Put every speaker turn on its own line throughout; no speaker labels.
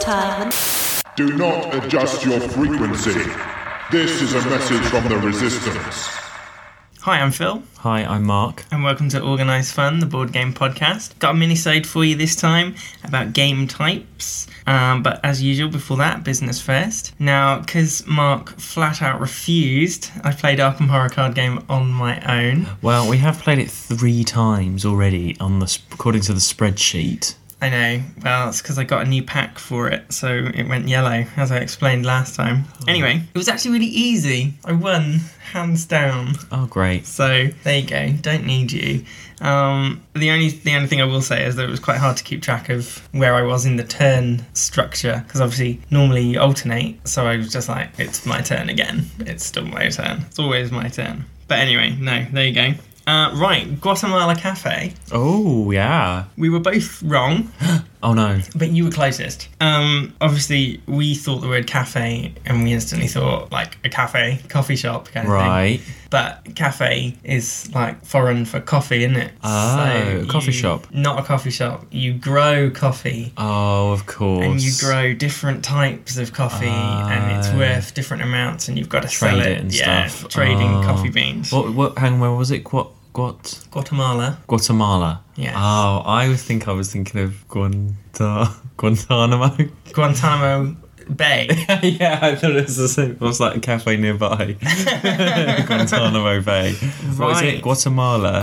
time.
Do not adjust your frequency. This is a message from the Resistance.
Hi, I'm Phil,
Hi, I'm Mark.
and welcome to Organised Fun, the board game podcast. Got a mini-sode for you this time about game types, um, but as usual, before that, business first. Now, because Mark flat out refused, I played Arkham Horror Card Game on my own.
Well, we have played it three times already on the sp- according to the spreadsheet.
I know, well, it's because I got a new pack for it, so it went yellow, as I explained last time. Anyway, it was actually really easy. I won, hands down.
Oh, great!
So there you go. Don't need you. Um, the only the only thing I will say is that it was quite hard to keep track of where I was in the turn structure because obviously normally you alternate. So I was just like, it's my turn again. It's still my turn. It's always my turn. But anyway, no, there you go. Uh, right, Guatemala Cafe.
Oh, yeah.
We were both wrong.
Oh no.
But you were closest. Um, obviously, we thought the word cafe, and we instantly thought like a cafe, coffee shop kind of
Right.
thing. But cafe is like foreign for coffee, isn't it?
Oh,
So
coffee
you-
shop.
Not a coffee shop. You grow coffee.
Oh, of course.
And you grow different types of coffee, and it's
Oh.
worth different amounts, and you've got to sell
Trade
it.
it and
yeah,
stuff.
trading
Oh.
coffee beans.
What? What? Hang on. Where was it? What? What?
Guatemala.
Guatemala.
Yes.
Oh, I think I was thinking of Guanta- Guantanamo.
Guantanamo Bay.
yeah, I thought it was the same. It was like a cafe nearby. Guantanamo Bay. What is
Right.
it? Guatemala.
Guatemala.
and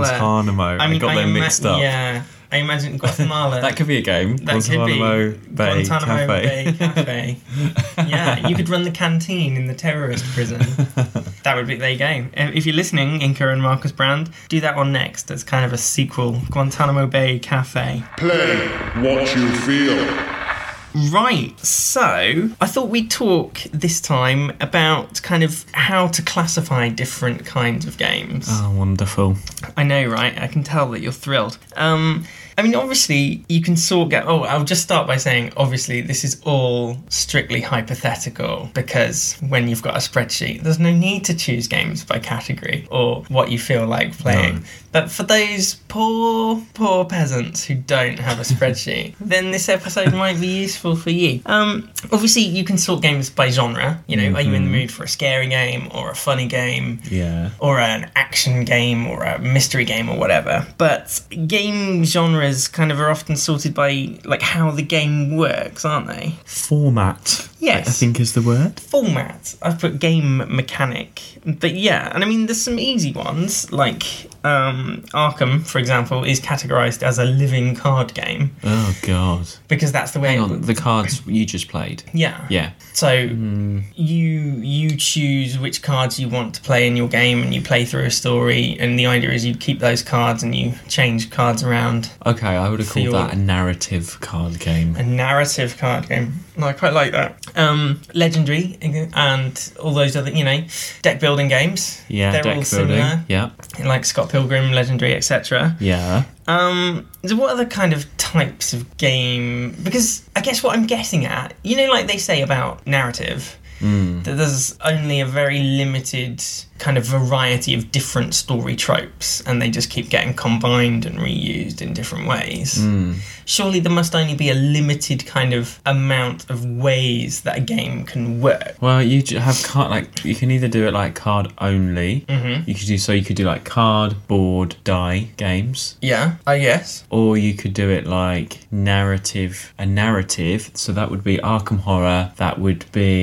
Guantanamo. I, got them
ima-
mixed up.
Yeah, I imagine Guatemala.
That could be a game.
That could be
Guantanamo Bay
Guantanamo
Cafe.
Bay Cafe. yeah, you could run the canteen in the terrorist prison. that would be there you go. Um, If you're listening, Inca and Marcus Brand, do that one next. It's kind of a sequel, Guantanamo Bay Cafe.
Play what you feel.
Right, so I thought we'd talk this time about kind of how to classify different kinds of games.
oh, wonderful.
I know, right? I can tell that you're thrilled. Um, I mean, obviously, you can sort get. Oh, I'll just start by saying, obviously, this is all strictly hypothetical because when you've got a spreadsheet, there's no need to choose games by category or what you feel like playing. But for those poor, poor peasants who don't have a spreadsheet, then this episode might be useful for you. Um, obviously, you can sort games by genre. You know, are you in the mood for a scary game or a funny game?
Yeah.
or an action game or a mystery game or whatever. But game genres kind of are often sorted by like how the game works, aren't they?
Format.
Yes.
I think is the word.
Format. I've put game mechanic. But yeah, and I mean there's some easy ones like um, Arkham, for example, is categorized as a living card game
Oh God.
because that's the way.
Hang
it-
on. The cards you just played.
Yeah.
Yeah.
So
Hmm.
you you choose which cards you want to play in your game, and you play through a story. And the idea is you keep those cards and you change cards around.
Okay, I would have called
your-
that a narrative card game.
A narrative card game. No, I quite like that. Um, Legendary and all those other, you know, deck building games.
Yeah,
they're
deck
all
building.
similar.
Yeah.
Like Scott Pilgrim, Legendary, etc.
Yeah.
Um, so what other kind of types of game? Because I guess what I'm getting at, you know, like they say about narrative,
Hmm.
that there's only a very limited kind of variety of different story tropes, and they just keep getting combined and reused in different ways.
Hmm.
Surely there must only be a limited kind of amount of ways that a game can work.
Well, you j- have card like you can either do it like card only. Mm-hmm. You could do so. You could do like card, board, die games,
Yeah, I guess.
or you could do it like narrative a narrative so that would be arkham horror that would be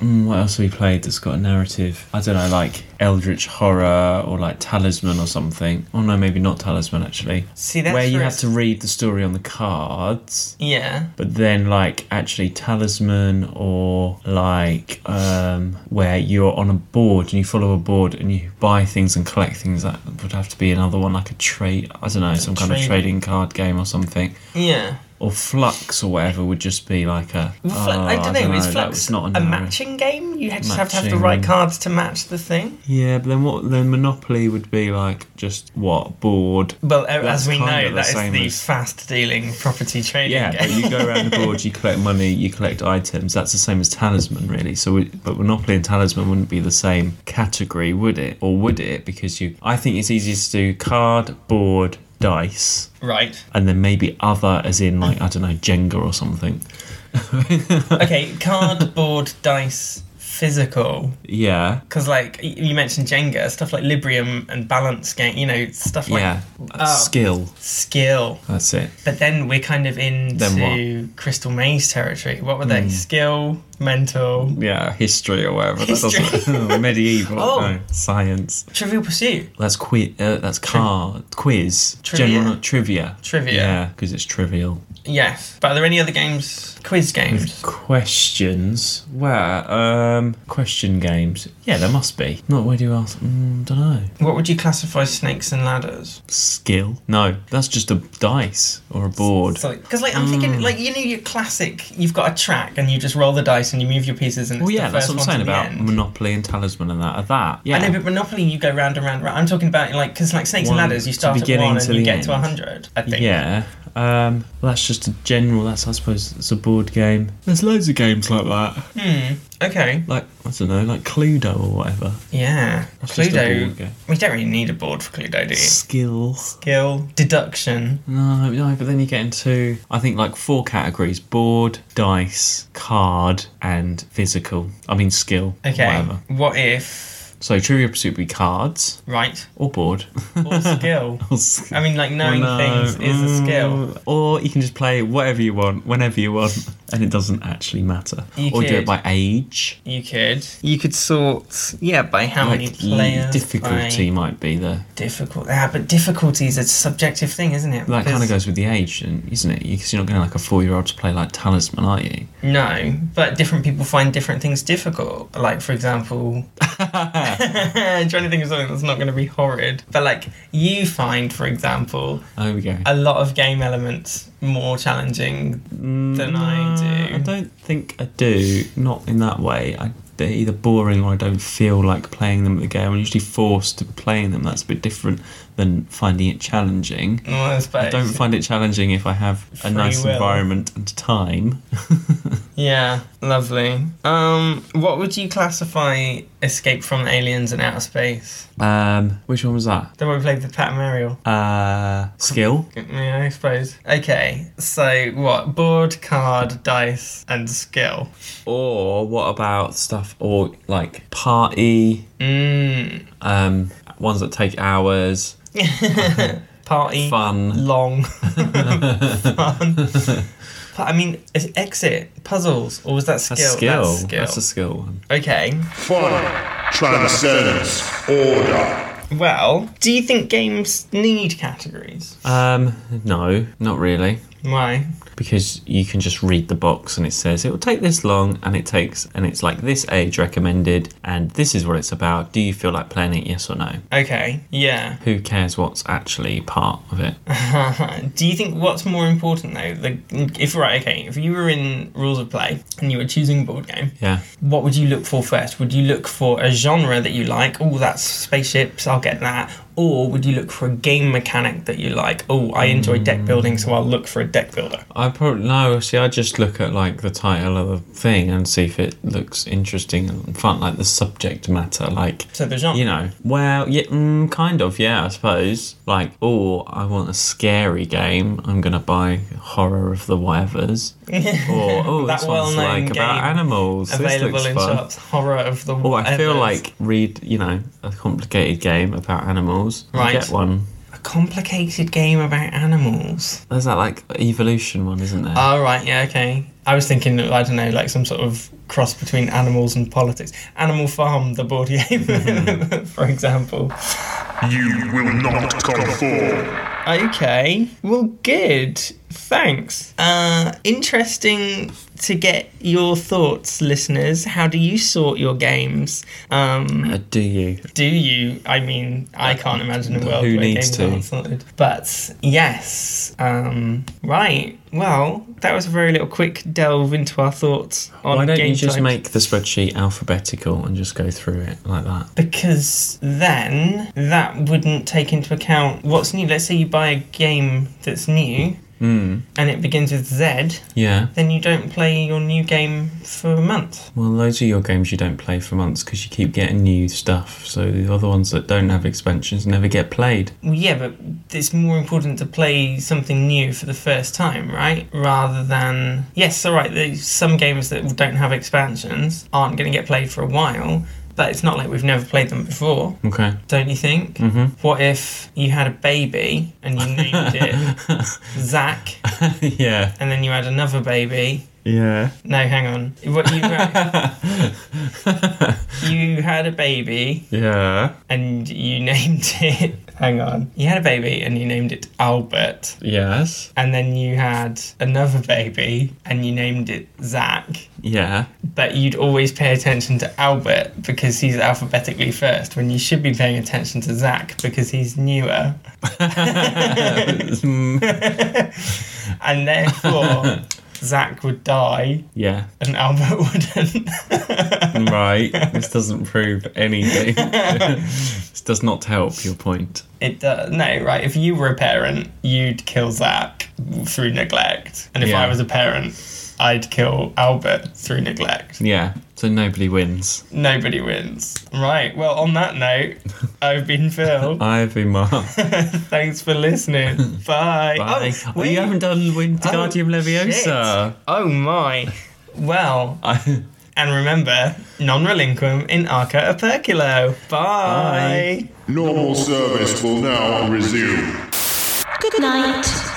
mm, what else have we played that's got a narrative i don't know like eldritch horror or like talisman or something oh no maybe not talisman actually
See, that's
where you
where
have to read the story on the cards
Yeah.
but then like actually talisman or like um where you're on a board and you follow a board and you buy things and collect things that would have to be another one like a trade i don't know some kind of
Trading.
trading card game or something
Yeah.
or flux or whatever would just be like a
Well, Fla-
oh,
I don't know. is
that
Flux
was not
a
narrow-
matching game? You just have to have the
Matching.
right cards to match the thing.
yeah but then what then monopoly would be like just what board
Well, uh,
That's
as we
kinda
know,
the
that is
same
the
as-
fast dealing property trading
yeah, but
game.
you go around the board, you collect money, you collect items. That's the same as Talisman, really. So, we, but Monopoly and Talisman wouldn't be the same category, would it? Or would it? Because you, I think it's easiest to do card, board, dice
Right.
and then maybe other as in like I don't know Jenga or something.
Okay, cardboard, dice, physical.
Yeah,
Because, like, y- you mentioned Jenga, stuff like Librium and Balance Game, you know, stuff like
yeah.
Oh.
Skill.
skill.
That's it.
But then we're kind of into
Then Hmm.
Crystal Maze territory. What were they? Skill, mental,
Yeah, history or whatever.
History.
doesn't medieval.
Oh.
no, science.
Trivial Pursuit.
That's qui- uh, That's car quiz.
Trivia.
General trivia.
Trivia.
Yeah, because it's trivial.
Yes. But are there any other games? Quiz games.
Questions. Where? Um, question games. Yeah, there must be. Not where do you ask? Mm, don't know.
What would you classify snakes and ladders?
Skill. No, that's just a dice or a board.
Because like, 'cause, like, I'm
Hmm.
thinking, like you know, your classic. You've got a track, and you just roll the dice, and you move your pieces, and it's
Well, yeah,
the
that's
first
what I'm
one to
saying
the
about
end.
Monopoly and Talisman and that. That, yeah.
I know, but Monopoly, you go round and round and round. I'm talking about like because like snakes
One
and ladders, you
to
start at
beginning
one and
to
you
the
get to
end.
hundred. I think.
yeah. Um, well, that's just a general. That's I suppose it's a board game. There's loads of games like that.
Okay.
Like I don't know, like Cluedo or whatever.
Yeah.
That's just a board
Cluedo.
game.
We don't really need a board for Cluedo, do you?
Skill.
Skill, deduction.
No, no. But then you get into I think like four categories: board, dice, card, and physical. I mean skill.
Okay.
Whatever.
What if?
So Trivia Pursuit would be cards
Right.
or board.
Or skill. I mean, like knowing things is a
Mm.
skill.
Or you can just play whatever you want, whenever you want, and it doesn't actually matter.
You
or do
could.
it by age.
You could. You could sort. Yeah, by how many
Like,
players?
difficulty
by-
might be the
Difficult. Ah, but difficulty is a subjective thing, isn't it?
that kind of
Because-
goes with the age, and- isn't it? Because you're not going to like a four-year-old to play like Talisman, are you?
No, but different people find different things difficult. Like, for example, I'm trying to think of something that's not going to be horrid. But, like, you find, for example,
There we go.
a lot of game elements more challenging than I do.
Mm, I don't think I do. Not in that way. I, they're either boring or I don't feel like playing them at the game. I'm usually forced to playing them. That's a bit different than finding it challenging.
Well, I suppose.
I don't find it challenging if I have a
Free
nice
will.
environment and time.
Yeah, lovely. Um, what would you classify Escape from Aliens and Outer Space?
Um, which one was that?
The one we played with Pat and Mariel.
Uh, skill.
Yeah, I suppose. Okay, so what? Board, card, dice, and skill.
Or what about stuff or like party?
Mmm.
Um, ones that take hours.
Party.
Fun.
long fun. But, I mean, is it exit puzzles or was that skill?
That's skill.
That's
That's,
skill.
a skill one.
okay.
Fun, transcends, order.
Well, do you think games need categories?
Um, no, not really.
Why?
Because you can just read the box and it says it will take this long and it takes and it's like this age recommended and this is what it's about. Do you feel like playing it? Yes or no?
Okay. Yeah.
Who cares what's actually part of it?
do you think what's more important though? The if right, okay, if you were in rules of play and you were choosing a board game,
Yeah.
what would you look for first? Would you look for a genre that you like? Oh, that's spaceships, I'll get that. Or would you look for a game mechanic that you like? Oh, I enjoy
Hmm.
deck building, so I'll look for a deck builder.
I probably no. See, I just look at like the title of the thing and see if it looks interesting and fun, like the subject matter, like
So the genre.
you know. Well, yeah, mm, kind of. Yeah, I suppose. Like, oh, I want a scary game. I'm gonna buy horror of the whatever's. or oh,
That
this one's
well-known
like about
game
animals. This
available
looks
in
fun.
shops. Horror of the
Or I feel
Whatevers.
like read, you know, a complicated game about animals. and
Right.
Get one.
a complicated game about animals.
There's that like evolution one, isn't there?
Oh right, yeah, okay. I was thinking, I don't know, like some sort of cross between animals and politics. Animal Farm, the board game, for example.
You will not conform.
Okay. Well, good. Thanks. Uh, interesting to get your thoughts, listeners. How do you sort your games? Um,
Uh, do you?
do you? I mean, I can't imagine a world
Who
where
needs
games
to?
aren't sorted. But yes. Um, right. Well, that was a very little quick delve into our thoughts on
Why don't
game
you just
types.
make the spreadsheet alphabetical and just go through it like that?
Because then that wouldn't take into account what's new. Let's say you buy a game that's new. and it begins with Z,
Yeah.
then you don't play your new game for a month.
Well, loads of your games you don't play for months because you keep getting new stuff. So the other ones that don't have expansions never get played.
Well, yeah, but it's more important to play something new for the first time, right? Rather than yes, all right. There's some games that don't have expansions aren't going to get played for a while, but it's not like we've never played them before.
Okay.
Don't you think?
Mhm.
What if you had a baby and you named it Zach,
yeah.
and then you had another baby?
Yeah.
No, hang on. What you you had a baby
Yeah.
and you named it. Hang on. You had a baby and you named it Albert,
Yes.
and then you had another baby and you named it Zach.
Yeah.
But you'd always pay attention to Albert because he's alphabetically first, when you should be paying attention to Zach because he's newer.
Mm,
and therefore Zach would die
yeah.
and Albert wouldn't.
Right. This doesn't prove anything. this does not help your point.
it does no right. If you were a parent, you'd kill Zach through neglect, and if
Yeah.
I was a parent, I'd kill Albert through neglect.
Yeah. So nobody wins.
Nobody wins. Right. Well, on that note, I've been Phil.
I've been marked.
Thanks for listening. Bye.
Bye.
Oh,
Oh,
wait.
you haven't done Wingardium
Oh,
Leviosa.
Oh my. Well,
I-
and remember, non relinquum in arca operculo. Bye.
Normal service will now resume.
Good night.